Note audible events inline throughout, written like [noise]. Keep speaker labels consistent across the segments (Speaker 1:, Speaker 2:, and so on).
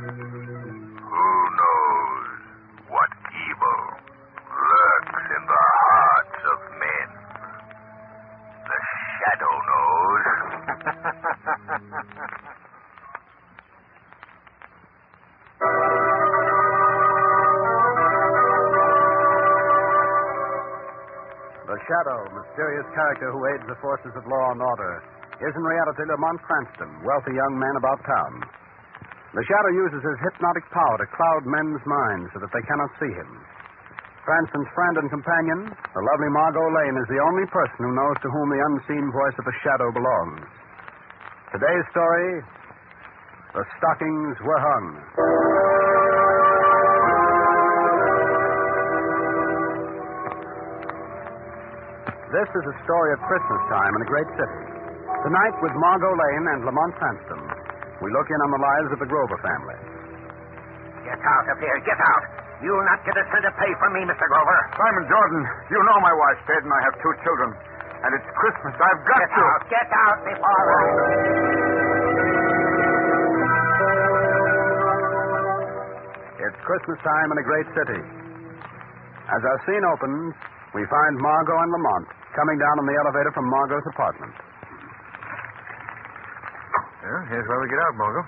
Speaker 1: Who knows what evil lurks in the hearts of men? The shadow knows.
Speaker 2: The shadow, mysterious character who aids the forces of law and order, is in reality Lamont Cranston, wealthy young man about town. The shadow uses his hypnotic power to cloud men's minds so that they cannot see him. Cranston's friend and companion, the lovely Margot Lane, is the only person who knows to whom the unseen voice of the shadow belongs. Today's story The Stockings Were Hung. This is a story of Christmas time in a great city. Tonight, with Margot Lane and Lamont Cranston, we look in on the lives of the Grover family.
Speaker 1: [laughs] Get out of here. Get out. You'll not get a cent of pay from me, Mr. Grover.
Speaker 3: Simon Jordan, you know my wife's dead and I have two children. And it's Christmas. I've got
Speaker 1: Get
Speaker 3: to.
Speaker 1: out. Get out before I.
Speaker 2: [laughs] It's Christmas time in a great city. As our scene opens, we find Margot and Lamont coming down on the elevator from Margot's apartment.
Speaker 3: Yeah, here's where we get out, Margot.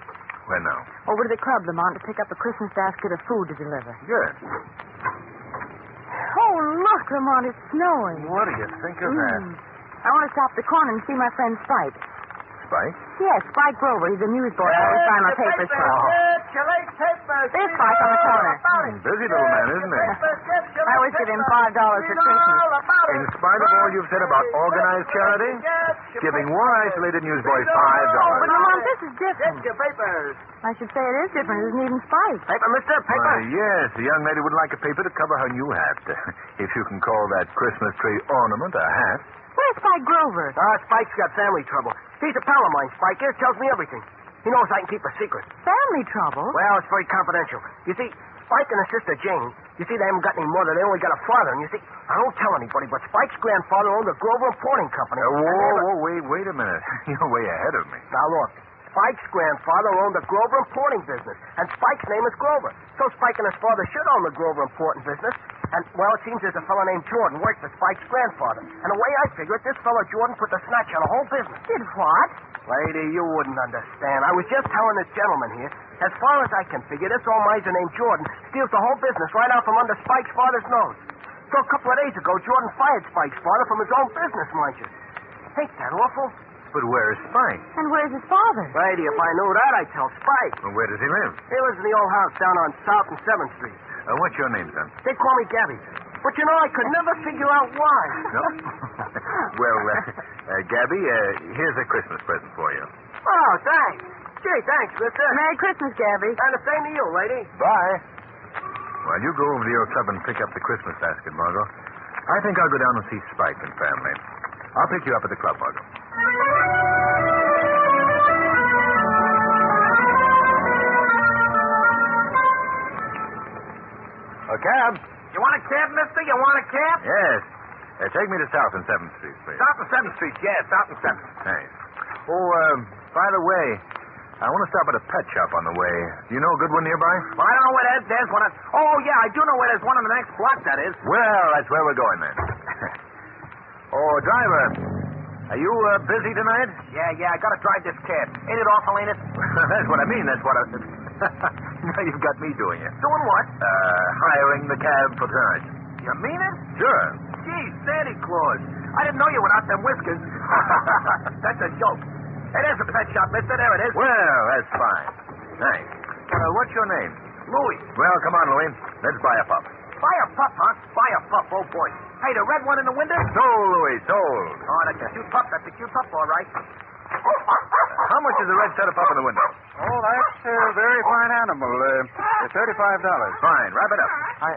Speaker 3: Where now?
Speaker 4: Over to the club, Lamont, to pick up a Christmas basket of food to deliver.
Speaker 3: Good.
Speaker 4: Oh, look, Lamont, it's snowing.
Speaker 3: What do you think of
Speaker 4: Mm. I want to stop the corner and see my friend Spike.
Speaker 3: Spike?
Speaker 4: Yes, Spike Grover. He's a newsboy. I always buy my papers for him. There's Spike on the corner.
Speaker 3: Busy little man, isn't he?
Speaker 1: [laughs]
Speaker 4: I always give him $5 for Christmas.
Speaker 3: In spite of all you've said about organized charity, giving one isolated newsboy five
Speaker 4: Oh, but
Speaker 3: dollars.
Speaker 4: Lamont, this is different. I should say it is different. It isn't even Spike.
Speaker 1: Paper, mister, paper.
Speaker 3: yes, the young lady would like a paper to cover her new hat. [laughs] If you can call that Christmas tree ornament a hat.
Speaker 4: Where's Spike Grover?
Speaker 1: Ah, Spike's got family trouble. He's a pal of mine, Spike is. Tells me everything. He knows I can keep a secret.
Speaker 4: Family trouble?
Speaker 1: Well, it's very confidential. You see, Spike and his sister Jane, you see, they haven't got any mother. They only got a father. And you see, I don't tell anybody, but Spike's grandfather owned a Grover Importing Company.
Speaker 3: whoa,
Speaker 1: And they were-
Speaker 3: Uh, whoa, wait, wait a minute. [laughs] You're way ahead of me.
Speaker 1: Now, look. Spike's grandfather owned the Grover Importing business, and Spike's name is Grover. So Spike and his father should own the Grover Importing business. And, well, it seems there's a fellow named Jordan worked for Spike's grandfather. And the way I figure it, this fellow Jordan put the snatch on the whole business.
Speaker 4: Did what?
Speaker 1: Lady, you wouldn't understand. I was just telling this gentleman here, as far as I can figure, this old miser named Jordan steals the whole business right out from under Spike's father's nose. So a couple of days ago, Jordan fired Spike's father from his own business, mind you. Ain't that awful?
Speaker 3: But where's Spike?
Speaker 4: And where's his father?
Speaker 1: Lady, if I knew that, I'd tell Spike.
Speaker 3: And where does he live?
Speaker 1: He lives in the old house down on South and 7th Street.
Speaker 3: Uh, what's your name, son?
Speaker 1: They call me Gabby. But you know, I could never figure out why.
Speaker 3: No. [laughs] well, uh, uh, Gabby, uh, here's a Christmas present for you.
Speaker 1: [laughs] Oh, thanks. Gee, thanks, mister.
Speaker 4: Merry Christmas, Gabby.
Speaker 1: And the same to you, lady.
Speaker 3: Bye. Well, you go over to your club and pick up the Christmas basket, Margot. I think I'll go down and see Spike and family. I'll pick you up at the club, Margot. A cab?
Speaker 1: You want a cab, mister? You want a cab?
Speaker 3: Yes. Uh, take me to South and 7th Street, please.
Speaker 1: South and 7th Street, yeah, South and 7th.
Speaker 3: Thanks. Oh, uh, by the way, I want to stop at a pet shop on the way. Do you know a good one nearby?
Speaker 1: Well, I don't know where that is. There's one. On... Oh, yeah, I do know where there's one on the next block, that is.
Speaker 3: Well, that's where we're going
Speaker 2: [laughs]
Speaker 3: then. oh, driver, are you uh, busy tonight?
Speaker 1: Yeah, yeah, I gotta drive this cab. Ain't it awful, ain't it?
Speaker 3: [laughs] that's what I mean. That's what I. [laughs] now you've got me doing it.
Speaker 1: Doing what?
Speaker 3: Uh, hiring the cab for tonight.
Speaker 1: You mean it?
Speaker 3: Sure.
Speaker 1: Gee, Santa Claus. I didn't know you without them whiskers. [laughs] That's a joke. It is a pet shop, mister. There it is.
Speaker 3: Well, that's fine.
Speaker 2: Nice. Uh, what's your name? Louis. Well, come on, Louis. Let's buy a pup.
Speaker 1: Buy a pup, huh? Buy a pup, oh boy. Hey, the red one in the window?
Speaker 2: Sold, Louis, sold.
Speaker 1: Oh, that's a cute pup. That's a cute pup, all right.
Speaker 2: How much is the red setup up in the window?
Speaker 5: Oh, that's a very fine animal. Uh, Thirty-five dollars.
Speaker 2: Fine, wrap it up.
Speaker 5: I,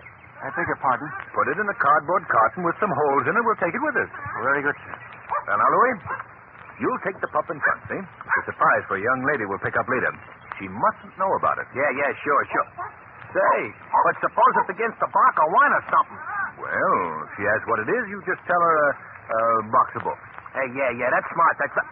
Speaker 5: I beg your pardon.
Speaker 2: Put it in a cardboard carton with some holes in it. We'll take it with us.
Speaker 5: Very good, sir.
Speaker 2: Now, now, Louis, you'll take the pup in front, see? It's a surprise for a young lady we'll pick up later. She mustn't know about it.
Speaker 1: Yeah, yeah, sure, sure. Say, but suppose it's against the block or wine or something.
Speaker 2: Well, if she asks what it is, you just tell her a uh, uh, box of books.
Speaker 1: Hey, yeah, yeah, that's smart. That's. A...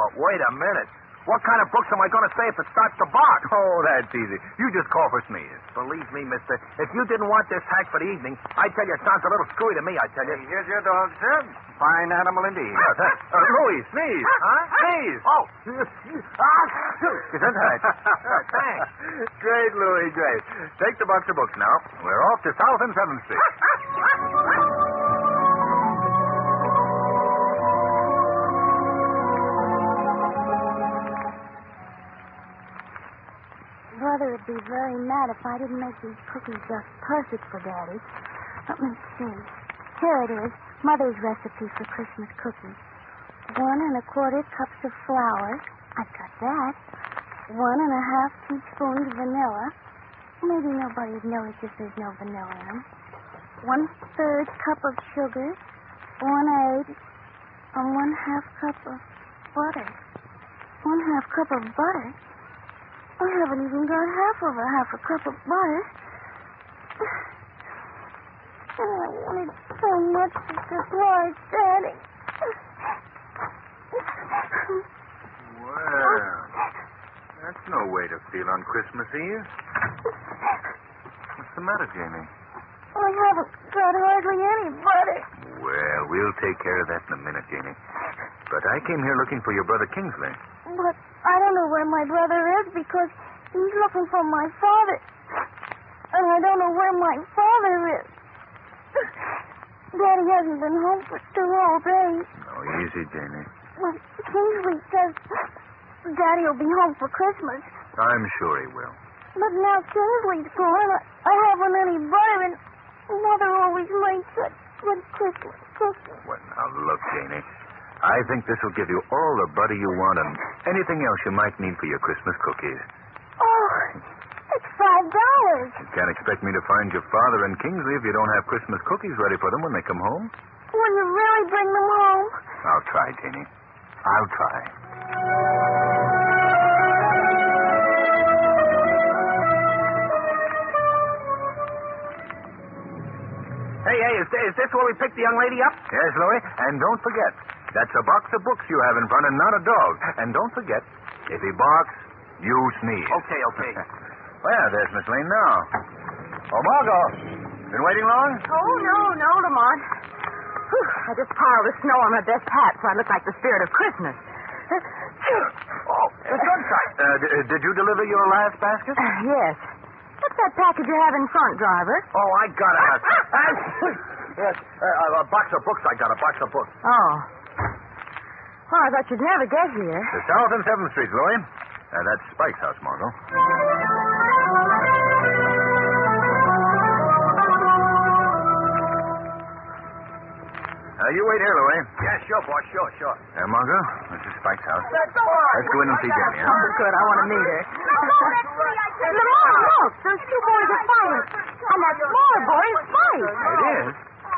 Speaker 1: But wait a minute. What kind of books am I going to say if it starts to bark?
Speaker 2: Oh, that's easy. You just call for Sneeze.
Speaker 1: Believe me, mister, if you didn't want this hack for the evening, I tell you, it sounds a little screwy to me, I tell you.
Speaker 5: Here's your dog, sir. Fine animal
Speaker 1: [laughs]
Speaker 5: indeed.
Speaker 2: Yeah, thanks. Uh, Louis, [laughs] Sneeze.
Speaker 1: Huh?
Speaker 2: Sneeze.
Speaker 1: Oh.
Speaker 2: Ah,
Speaker 1: [laughs]
Speaker 2: Gesundheit.
Speaker 1: Thanks.
Speaker 2: Great, Louis, great. Take the box of books now. We're off to South and 7th
Speaker 1: [laughs]
Speaker 2: Street.
Speaker 6: Brother would be very mad if I didn't make these cookies just perfect for Daddy. Let me see. Here it is Mother's recipe for Christmas cookies. One and a quarter cups of flour. I've got that. One and a half teaspoons vanilla. Maybe nobody'd notice if there's no vanilla in them. One third cup of sugar. One egg. And one half cup of butter. One half cup of butter? I haven't even got half of a half a cup of butter. And Oh, I wanted so much to surprise Daddy.
Speaker 2: Well, that's no way to feel on Christmas Eve. What's the matter, Jamie?
Speaker 6: I haven't got hardly any butter.
Speaker 2: Well, we'll take care of that in a minute, Jamie. But I came here looking for your brother Kingsley.
Speaker 6: But I don't know where my brother is because he's looking for my father. And I don't know where my father is. Daddy hasn't been home for two whole days.
Speaker 2: Oh, easy, Jamie.
Speaker 6: Well, Kingsley says Daddy will be home for Christmas.
Speaker 2: I'm sure he will.
Speaker 6: But now Kingsley's gone. I, I haven't any butter, and Mother always makes such good Christmas cookies.
Speaker 2: Well, now look, Janie. I think this will give you all the butter you want and anything else you might need for your Christmas cookies.
Speaker 6: Oh, it's five dollars.
Speaker 2: You can't expect me to find your father and Kingsley if you don't have Christmas cookies ready for them when they come home.
Speaker 6: Will you really bring them home?
Speaker 2: I'll try, Janie. I'll try.
Speaker 1: Hey, hey, is, is this where we picked the young lady up?
Speaker 2: Yes, Louis, and don't forget, that's a box of books you have in front and not a dog. And don't forget, if he barks, you sneeze.
Speaker 1: Okay, okay.
Speaker 2: [laughs] Well, there's Miss Lane now. Oh, Margot, been waiting long?
Speaker 4: Oh, no, no, Lamont. Whew, I just piled the snow on my best hat so I look like the spirit of Christmas.
Speaker 2: Oh, Sunshine. Uh, d- uh, did you deliver your last basket?
Speaker 4: [sighs] yes. What's that package you have in front, driver?
Speaker 1: [laughs] Oh, I got a. [laughs] yes, uh, a box of books. I got a box of books.
Speaker 4: Oh. Well, I thought you'd never get here.
Speaker 2: The South and 7th Street, Louis. Uh, that's Spike's house, Margot. Uh, you wait here, Louis.
Speaker 1: Yeah, sure, boy, sure, sure.
Speaker 2: Uh, Margot, this is Spike's house.
Speaker 1: Let's go on.
Speaker 2: Let's go in and see Jenny, huh?
Speaker 4: Oh, good. I want to meet her. Lamont, look. Those two boys are fighting. And that smaller boy is Spike.
Speaker 2: It is.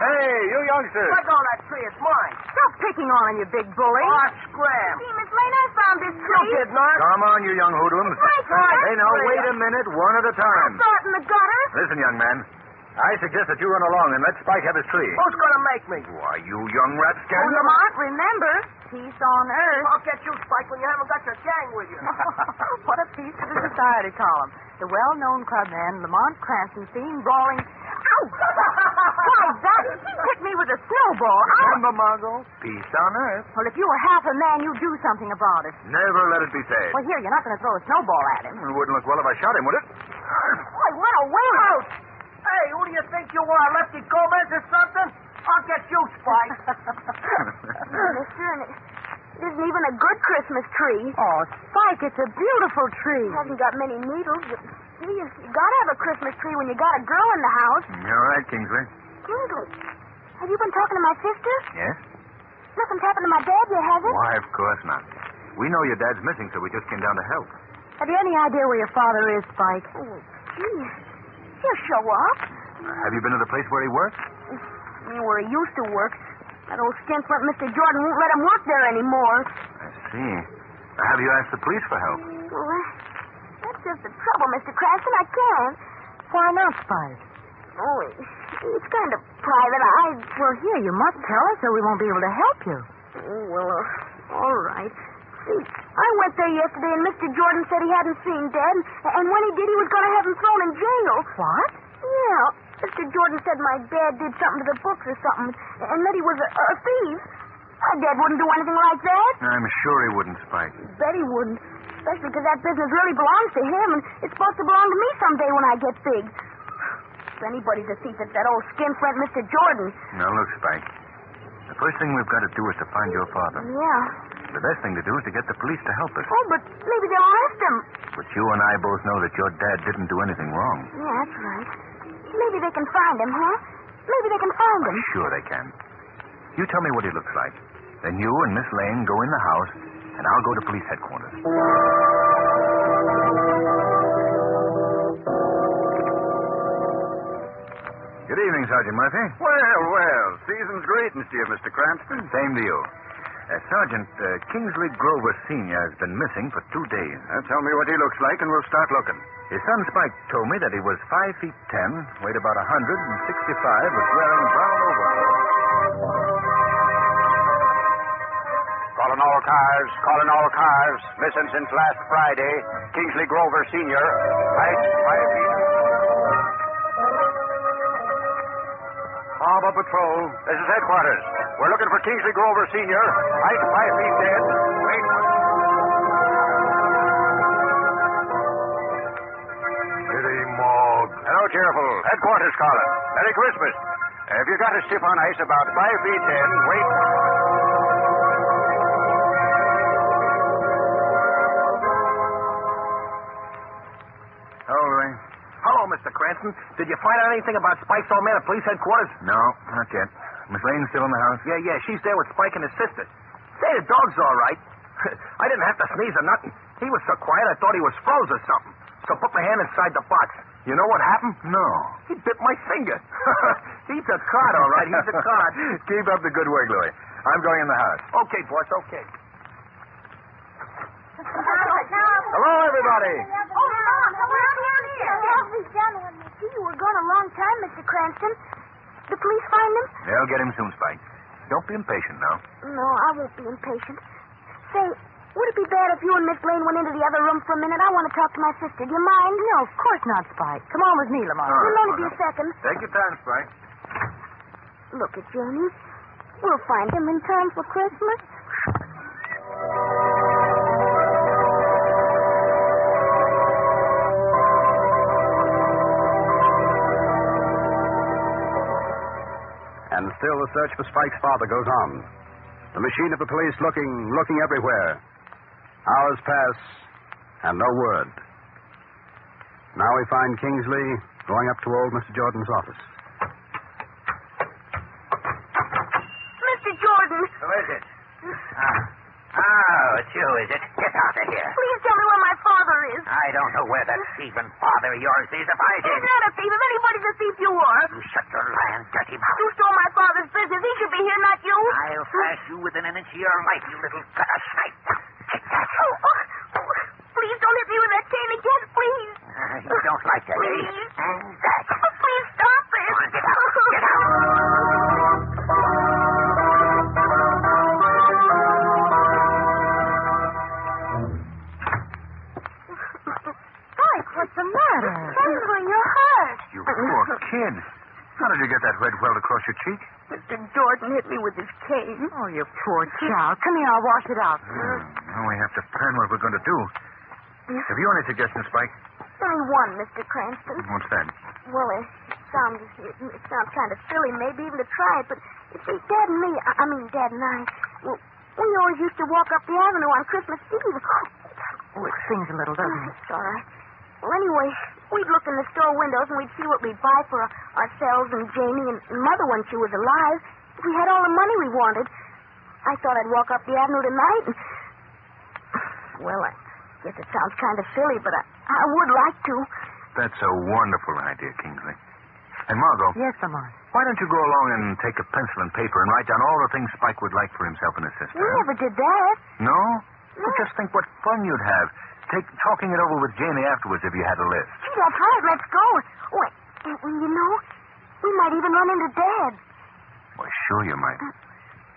Speaker 2: Hey, you youngsters.
Speaker 1: Let go of that tree. It's mine.
Speaker 4: Stop picking on him, you big bully.
Speaker 1: Oh, scram.
Speaker 6: See, Miss Lane, I found this
Speaker 1: You did not.
Speaker 2: Come on, you young hoodlums.
Speaker 6: Michael.
Speaker 2: Hey, now, wait a minute, one at a time.
Speaker 6: Saw it in the gutter.
Speaker 2: Listen, young man. I suggest that you run along and let Spike have his tree.
Speaker 1: Who's going to make me?
Speaker 2: Why, you young
Speaker 4: Oh,
Speaker 2: rapscallion.
Speaker 4: Lamont, remember, peace on earth.
Speaker 1: I'll get you, Spike, when you haven't got your gang with you.
Speaker 4: [laughs] what a piece for the society column. The well-known clubman, Lamont Cranston, seen brawling... Ow! Why, that... He hit me with a snowball. Ow!
Speaker 2: Remember, Margot? Peace on earth.
Speaker 4: Well, if you were half a man, you'd do something about it.
Speaker 2: Never let it be said.
Speaker 4: Well, here, you're not going to throw a snowball at him.
Speaker 2: It wouldn't look well if I shot him, [laughs] would it?
Speaker 4: Boy, what a way out!
Speaker 1: Hey, who do you think you are, Lefty
Speaker 4: [laughs]
Speaker 1: Gomez or something? I'll get you, Spike.
Speaker 4: Oh,
Speaker 6: Mister, and it,
Speaker 4: isn't even a good Christmas tree.
Speaker 6: Oh, Spike, it's a beautiful tree.
Speaker 4: It hasn't got many needles. But see, you, you gotta have a Christmas tree when you got a girl in the house.
Speaker 3: You're right, Kingsley.
Speaker 4: Kingsley, have you been talking to my sister?
Speaker 3: Yes?
Speaker 4: Nothing's happened to my dad yet, has it?
Speaker 3: Why, of course not. We know your dad's missing, so we just came down to help.
Speaker 6: Have you any idea where your father is, Spike?
Speaker 4: Oh, gee. He'll show up.
Speaker 3: Uh, have you been to the place where he works?
Speaker 4: I mean, where he used to work. That old skinflint Mr. Jordan won't let him work there anymore.
Speaker 3: I see. Uh, have you asked the police for help?
Speaker 4: Well, that- that's just the trouble, Mr. Cranston. I can't.
Speaker 6: Why not, Spike?
Speaker 4: Oh, it- it's kind of private. I.
Speaker 6: Well, here, you must tell us or we won't be able to help you.
Speaker 4: Oh, well, uh, all right. See, I went there yesterday, and Mr. Jordan said he hadn't seen Dad, and- and when he did, he was going to have him thrown in jail.
Speaker 6: What?
Speaker 4: Yeah, Mr. Jordan said my dad did something to the books or something, and that he was a, a thief. My dad wouldn't do anything like that.
Speaker 3: I'm sure he wouldn't, Spike.
Speaker 4: Bet he wouldn't. Especially because that business really belongs to him, and it's supposed to belong to me someday when I get big. If anybody's a thief, it's that old skinflint Mr. Jordan.
Speaker 3: Now, look, Spike. The first thing we've got to do is to find your father.
Speaker 4: Yeah.
Speaker 3: The best thing to do is to get the police to help us.
Speaker 4: Oh, but maybe they'll arrest him.
Speaker 3: But you and I both know that your dad didn't do anything wrong.
Speaker 4: Yeah, that's right. Maybe they can find him, huh? Maybe they can find him.
Speaker 3: Sure they can. You tell me what he looks like. Then you and Miss Lane go in the house, and I'll go to police headquarters. Good evening, Sergeant Murphy.
Speaker 2: Well, well, season's greetings to you, Mr. Cranston.
Speaker 3: Same to you. Uh, Sergeant, uh, Kingsley Grover Sr. has been missing for two days.
Speaker 2: Uh, tell me what he looks like, and we'll start looking.
Speaker 3: His son Spike told me that he was 5 feet 10, weighed about 165, was wearing brown overalls.
Speaker 7: Calling all cars, calling all cars. Missing since last Friday. Kingsley Grover Sr. Height five feet. Harbor Patrol, this is headquarters. We're looking for Kingsley Grover Sr. Height five feet dead. Wait.
Speaker 3: Kitty Morg.
Speaker 7: Hello, cheerful. Headquarters calling. Merry Christmas. Have you got a stiff on ice about five feet ten? Wait.
Speaker 3: Hello, Ray.
Speaker 8: Hello, Mr. Cranston. Did you find out anything about Spike's old man at police headquarters?
Speaker 3: No, not yet. Miss Lane's still in the house?
Speaker 8: Yeah, yeah, she's there with Spike and his sister. Say, the dog's all right. [laughs] I didn't have to sneeze or nothing. He was so quiet, I thought he was froze or something. So put my hand inside the box. You know what happened?
Speaker 3: No.
Speaker 8: He bit my finger. [laughs] he's a card, all right. He's a card.
Speaker 3: [laughs] Keep up the good work, Louis. I'm going in the house.
Speaker 8: Okay, boss, okay.
Speaker 4: Oh,
Speaker 3: Hello, everybody.
Speaker 4: We're gone a long time, Mr. Cranston. The police find him?
Speaker 3: They'll get him soon, Spike. Don't be impatient now.
Speaker 4: No, I won't be impatient. Say, would it be bad if you and Miss Lane went into the other room for a minute? I want to talk to my sister. Do you mind?
Speaker 6: No, of course not, Spike. Come on with me, Lamont.
Speaker 3: All
Speaker 4: It'll
Speaker 3: right,
Speaker 4: only be a second.
Speaker 3: Take your time, Spike.
Speaker 4: Look at Janie. We'll find him in time for Christmas.
Speaker 2: And still the search for Spike's father goes on. The machine of the police looking, looking everywhere. Hours pass, and no word. Now we find Kingsley going up to old Mr. Jordan's office.
Speaker 4: Mr. Jordan,
Speaker 7: Who is it? Ah. Oh, it's you, is it? Get out of here.
Speaker 4: please tell me where my father is.
Speaker 7: I don't know where that thieving father of yours is if I
Speaker 4: He's not a thief. If anybody's a thief, you are.
Speaker 7: You shut your lying, dirty
Speaker 4: You
Speaker 7: mouth.
Speaker 4: stole my father's business. He should be here, not you.
Speaker 7: I'll flash you within an inch of your life, you little gutter snipe. Get that.
Speaker 4: Oh, oh, oh, please don't hit me with that cane again, please.
Speaker 7: Ah, you don't like that, eh?
Speaker 4: Please.
Speaker 7: And that.
Speaker 4: Oh, please stop it.
Speaker 7: Come on, get out. Get out.
Speaker 4: Oh,
Speaker 6: Spike, what's the matter?
Speaker 4: Kingsley, you're hurt.
Speaker 3: You poor kid. How did you get that red welt across your cheek?
Speaker 4: Mr. Jordan hit me with his cane.
Speaker 6: Oh, you poor child. Mm. Come here, I'll wash it out.
Speaker 3: Now we have to plan what we're going to do. Have you any suggestions, Spike?
Speaker 4: Only one, Mr. Cranston.
Speaker 3: What's that?
Speaker 4: Well, it sounds it, it sounds kind of silly, maybe even to try it. But you see, Dad and me, I, I mean Dad and I, well, We always used to walk up the avenue on Christmas Eve.
Speaker 6: Oh, it sings a little, doesn't it?
Speaker 4: It's all right. Well, anyway, we'd look in the store windows and we'd see what we'd buy for our- ourselves and Jamie and and Mother when she was alive. If we had all the money we wanted. I thought I'd walk up the avenue tonight and. Well, I guess it sounds kind of silly, but I, I would like to.
Speaker 3: That's a wonderful idea, Kingsley. And Margot,
Speaker 6: Yes, Lamont.
Speaker 3: why don't you go along and take a pencil and paper and write down all the things Spike would like for himself and his sister?
Speaker 4: We never did that.
Speaker 3: No? Well, just think what fun you'd have. Take talking it over with Janie afterwards if you had a list.
Speaker 4: Gee, that's right. Let's go. Wait, and, and you know, we might even run into Dad.
Speaker 3: Why, sure you might.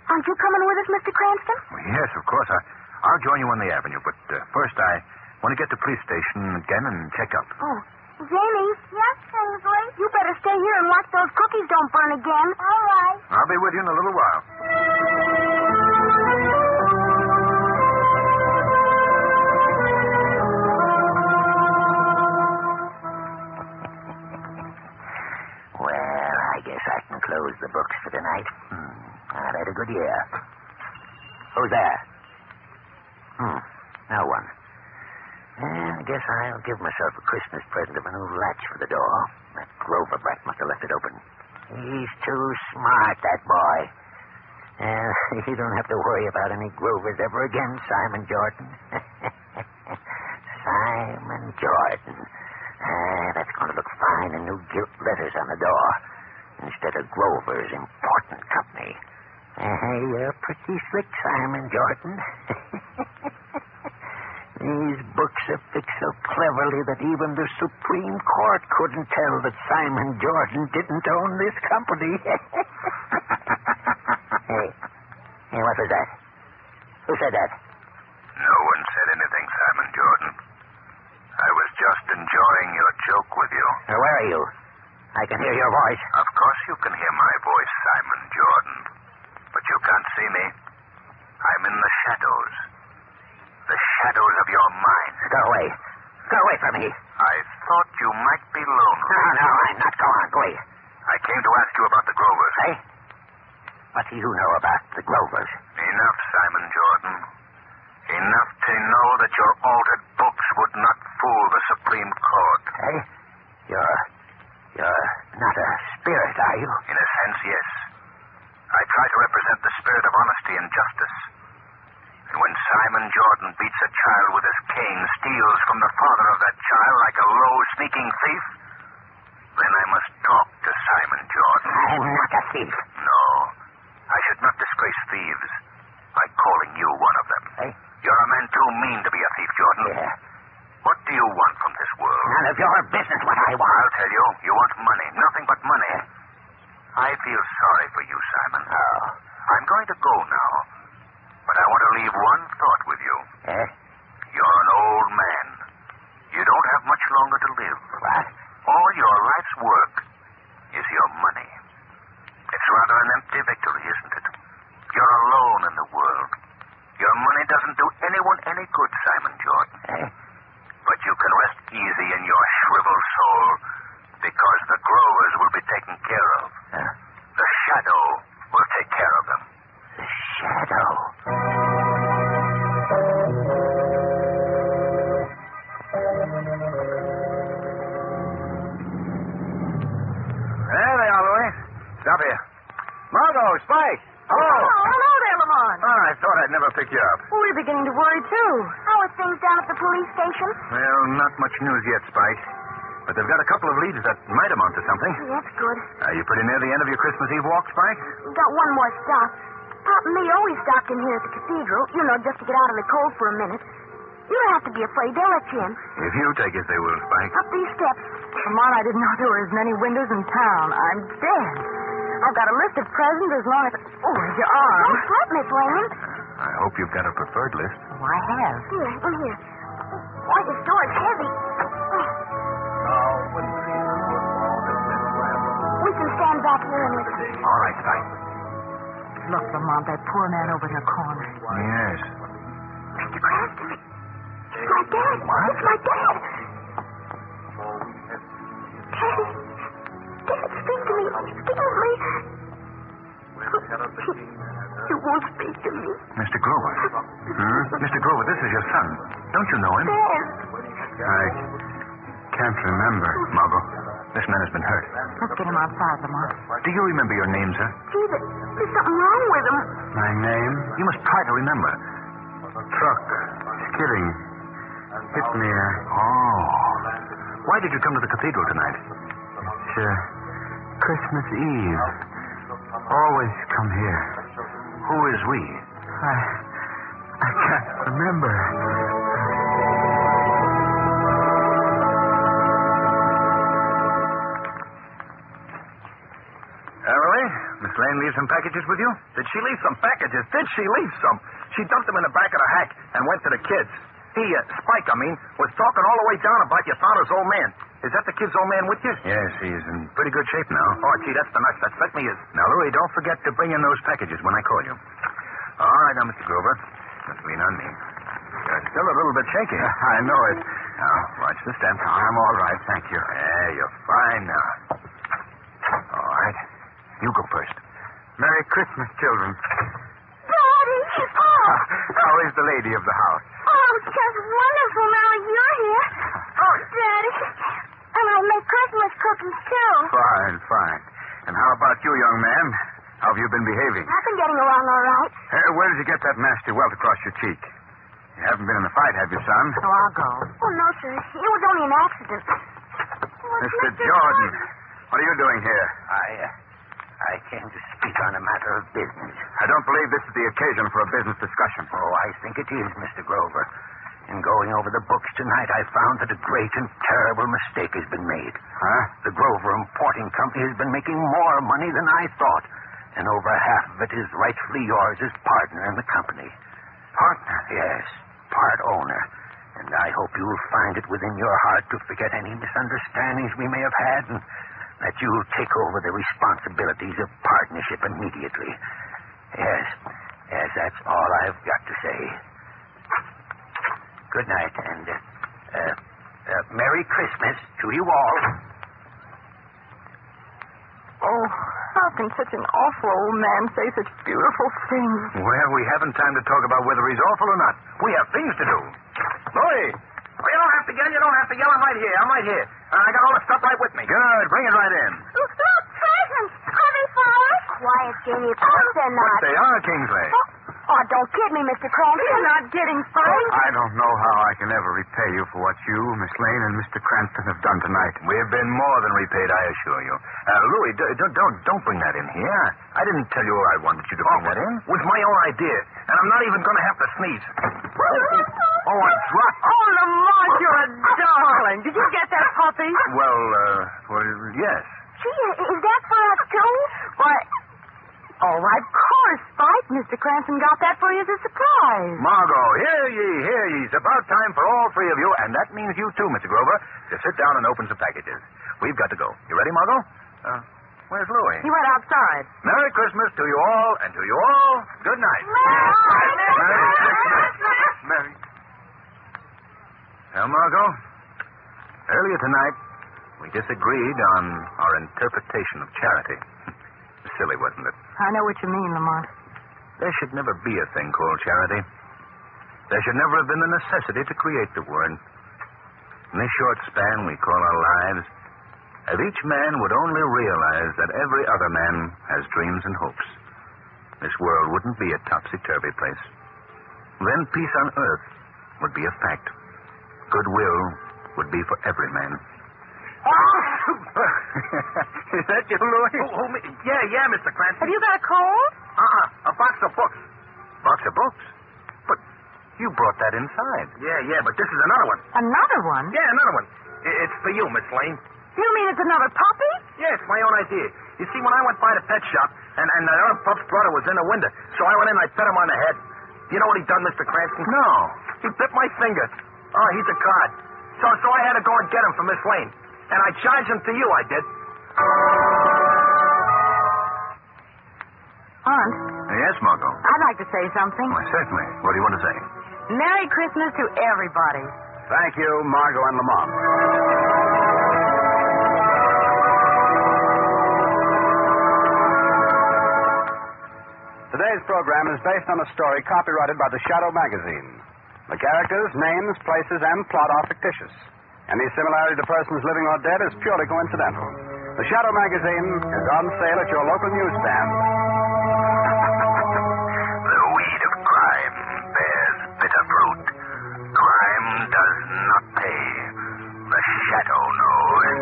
Speaker 4: Aren't you coming with us, Mr. Cranston?
Speaker 3: Well, yes, of course. I, I'll join you on the avenue, but uh, first I want to get to police station again and check up.
Speaker 4: Oh. Jamie? Yes, Kingsley? You better stay here and watch those cookies don't burn again. All right.
Speaker 3: I'll be with you in a little while.
Speaker 1: Well, I guess I can close the books for tonight. Hmm. I've had a good year. Who's there? Hmm. No one. And I guess I'll give myself a Christmas present of a new latch for the door. That Grover brat must have left it open. He's too smart, that boy. Uh, [laughs] you don't have to worry about any Grovers ever again, Simon Jordan. [laughs] Simon Jordan. Ah, that's going to look fine in new gilt letters on the door instead of Grover's Important Company. Uh, you're pretty slick, Simon Jordan. [laughs] These books are fixed so cleverly that even the Supreme Court couldn't tell that Simon Jordan didn't own this company. [laughs] hey, hey, what was that? Who said that?
Speaker 3: No one said anything, Simon Jordan. I was just enjoying your joke with you.
Speaker 1: Uh, where are you? I can hear your voice.
Speaker 3: Of course you can hear my voice, Simon Jordan. But you can't see me. I'm in the shadows. The shadows of your mind.
Speaker 1: Go away. Go away from me.
Speaker 3: I thought you might be lonely.
Speaker 1: No, no, I'm not going away.
Speaker 3: I came to ask you about the Grovers.
Speaker 1: Hey? What do you know about the Grovers?
Speaker 3: Enough, Simon Jordan. Enough to know that your altered books would not fool the Supreme Court.
Speaker 1: Hey? You're. You're not a spirit, are you?
Speaker 3: In a sense, yes. I try to represent the spirit of honesty and justice. And when Simon Jordan beats a child with his cane, steals from the father of that child like a low, sneaking thief, then I must talk to Simon Jordan. [laughs]
Speaker 1: I'm not a thief.
Speaker 3: No, I should not disgrace thieves by calling you one of them.
Speaker 1: Hey?
Speaker 3: You're a man too mean to be a thief, Jordan.
Speaker 1: Yeah.
Speaker 3: What do you want from this world?
Speaker 1: None of your business what I want.
Speaker 3: I'll tell you. You want money. Nothing but money. I feel sorry for you, Simon.
Speaker 1: Oh.
Speaker 3: I'm going to go now. But I want to leave one thought with you.
Speaker 1: Eh?
Speaker 3: You're an old man. You don't have much longer to live.
Speaker 1: What?
Speaker 3: All your life's work is your money. It's rather an empty victory, isn't it? You're alone in the world. Your money doesn't do anyone any good, Simon Jordan.
Speaker 1: Eh?
Speaker 3: But you can rest easy in your shriveled soul because the growers will be taken care of.
Speaker 1: Huh?
Speaker 3: The shadow will take care of them.
Speaker 1: The shadow.
Speaker 3: There they are, Louis. Stop here. Margot, Spike. Hello.
Speaker 6: Oh, hello there, Lamont.
Speaker 3: Oh, I thought I'd never pick you up.
Speaker 4: Oh,
Speaker 6: We're beginning to worry, too.
Speaker 4: How are things down at the police station?
Speaker 3: Well, not much news yet, Spike. But they've got a couple of leads that might amount to something.
Speaker 4: Gee, that's good.
Speaker 3: Are you pretty near the end of your Christmas Eve walk, Spike?
Speaker 4: We've got one more stop. Pop and me always stopped in here at the cathedral, you know, just to get out of the cold for a minute. You don't have to be afraid. They'll let you in.
Speaker 3: If you take it, they will, Spike.
Speaker 4: Up these steps.
Speaker 6: Lamont, I didn't know there were as many windows in town. I'm dead. I've got a list of presents as long as. Oh, there's your arm.
Speaker 4: Don't slip, Miss Wayland.
Speaker 3: I hope you've got a preferred list.
Speaker 6: Oh, I have.
Speaker 4: Here, in here. Why, this door is heavy. We can stand back here and listen.
Speaker 3: All right, Spike.
Speaker 6: Look, Lamont, that poor man over in the corner.
Speaker 3: Yes.
Speaker 4: Mr. Cranston, it- it's my dad. It's my dad. Daddy. Dad, speak to me. Speak to me. You won't speak to me.
Speaker 3: Mr. Grover. Mr. Grover, this is your son. Don't you know him?
Speaker 6: Yes.
Speaker 3: I can't remember, Margot. This man has been hurt.
Speaker 6: Let's get him outside, Lamont.
Speaker 3: Do you remember your name, sir?
Speaker 6: Gee, there- there's something wrong with him.
Speaker 3: My name? You must try to remember. Truck. Skidding. Hit me. Oh. Why did you come to the cathedral tonight? It's uh, Christmas Eve. Always come here. Who is we? I. I can't remember. Emily, Miss Lane leave some packages with you?
Speaker 7: Did she leave some packages? Did she leave some? She dumped them in the back of the hack and went to the kids. He, uh, Spike, I mean, was talking all the way down about your father's old man. Is that the kid's old man with you?
Speaker 3: Yes, he's in pretty good shape now.
Speaker 7: Oh, gee, that's the nuts that set me is.
Speaker 3: Now, Louie, don't forget to bring in those packages when I call you. All right, now, Mr. Grover. Don't lean on me. You're still a little bit shaky. [laughs] I know it. Now, watch the steps. I'm all right, thank you. Yeah, you're fine now. All right. You go first. Merry Christmas, children. [laughs]
Speaker 6: Daddy! Oh!
Speaker 3: How is the lady of the house?
Speaker 4: Oh, it's just wonderful now you're here. Oh, Daddy. And I make Christmas cookies, too.
Speaker 3: Fine, fine. And how about you, young man? How have you been behaving?
Speaker 4: I've been getting along all right.
Speaker 3: Uh, where did you get that nasty welt across your cheek? You haven't been in a fight, have you, son?
Speaker 6: Oh, I'll go.
Speaker 4: Oh, no, sir. It was only an accident. What's
Speaker 3: Mr.
Speaker 4: Mr.
Speaker 3: Jordan, what are you doing here?
Speaker 1: I, uh, I came to speak on a matter of business.
Speaker 3: I don't believe this is the occasion for a business discussion.
Speaker 1: Oh, I think it is, Mr. Grover. In going over the books tonight, I found that a great and terrible mistake has been made.
Speaker 3: Huh?
Speaker 1: The Grover Importing Company has been making more money than I thought, and over half of it is rightfully yours as partner in the company. Partner? Yes, part owner. And I hope you'll find it within your heart to forget any misunderstandings we may have had and that you'll take over the responsibilities of partnership immediately. Yes, yes, that's all I've got to say. Good night, and uh, uh, uh, Merry Christmas to you all.
Speaker 6: Oh, how can such an awful old man say such beautiful things?
Speaker 3: Well, we haven't time to talk about whether he's awful or not. We have things to do. Louis!
Speaker 7: Well, you don't have to yell. You don't have to yell. I'm right here. I'm right here. Uh, I got all the stuff right with me.
Speaker 3: Good, bring it right in.
Speaker 6: Oh,
Speaker 4: Look, look, presents. Are they for us? Quiet, Jamie. Of course they're
Speaker 3: But
Speaker 4: not.
Speaker 3: they are, Kingsley.
Speaker 4: Oh, oh, don't kid me, Mr. Cranston. You're not getting fined.
Speaker 3: Oh, I don't know how I can ever repay you for what you, Miss Lane, and Mr. Cranston have done tonight. We've been more than repaid, I assure you. Uh, Louis, d- don't, don't, don't bring that in here. I didn't tell you I wanted you to bring that in.
Speaker 7: It was my own idea, and I'm not even going to have to sneeze.
Speaker 3: Well, [laughs] oh, I dropped.
Speaker 6: Oh, Lamont, you're a darling. Did you get that puppy?
Speaker 3: Well, uh, well, yes.
Speaker 4: Gee, is that for us, too?
Speaker 6: Why? Oh, why, of course, Spike. Mr. Cranston got that for you as a surprise.
Speaker 3: Margot, hear ye, hear ye. It's about time for all three of you, and that means you too, Mr. Grover, to sit down and open some packages. We've got to go. You ready, Margot? Uh, where's
Speaker 6: He
Speaker 3: Louie?
Speaker 6: went outside.
Speaker 3: Merry Christmas to you all, and to you all, good night. Merry. Now, Margot, earlier tonight, we disagreed on our interpretation of charity. [laughs] Silly, wasn't it?
Speaker 6: I know what you mean, Lamont.
Speaker 3: There should never be a thing called charity. There should never have been the necessity to create the word. In this short span we call our lives, if each man would only realize that every other man has dreams and hopes, this world wouldn't be a topsy turvy place. Then peace on earth would be a fact. Goodwill would be for every man. [laughs]
Speaker 4: Oh.
Speaker 3: Is that you, Louis?
Speaker 7: Oh, oh, me- yeah, yeah, Mr. Clancy.
Speaker 6: Have you got a cold?
Speaker 7: Uh-uh, a box of books.
Speaker 3: Box of books. But you brought that inside.
Speaker 7: Yeah, yeah, but this is another one.
Speaker 6: Another one?
Speaker 7: Yeah, another one. I- It's for you, Miss Lane.
Speaker 6: You mean it's another puppy?
Speaker 7: Yeah, it's my own idea. You see, when I went by the pet shop, and, and the other pup's brother was in the window, so I went in and I pet him on the head. You know what he done, Mr. Cranston?
Speaker 3: No.
Speaker 7: He bit my finger. Oh, he's a card. So, so I had to go and get him from Miss Lane. And I charged him to you, I did.
Speaker 6: Aunt,
Speaker 3: Yes, Margot.
Speaker 6: I'd like to say something.
Speaker 3: Well, certainly. What do you want to say?
Speaker 6: Merry Christmas to everybody.
Speaker 2: Thank you, Margot and Lamont. Today Today's program is based on a story copyrighted by the Shadow Magazine. The characters, names, places, and plot are fictitious. Any similarity to persons living or dead is purely coincidental. The Shadow Magazine is on sale at your local newsstand.
Speaker 3: The weed of crime bears bitter fruit. Crime does not pay. The shadow knows.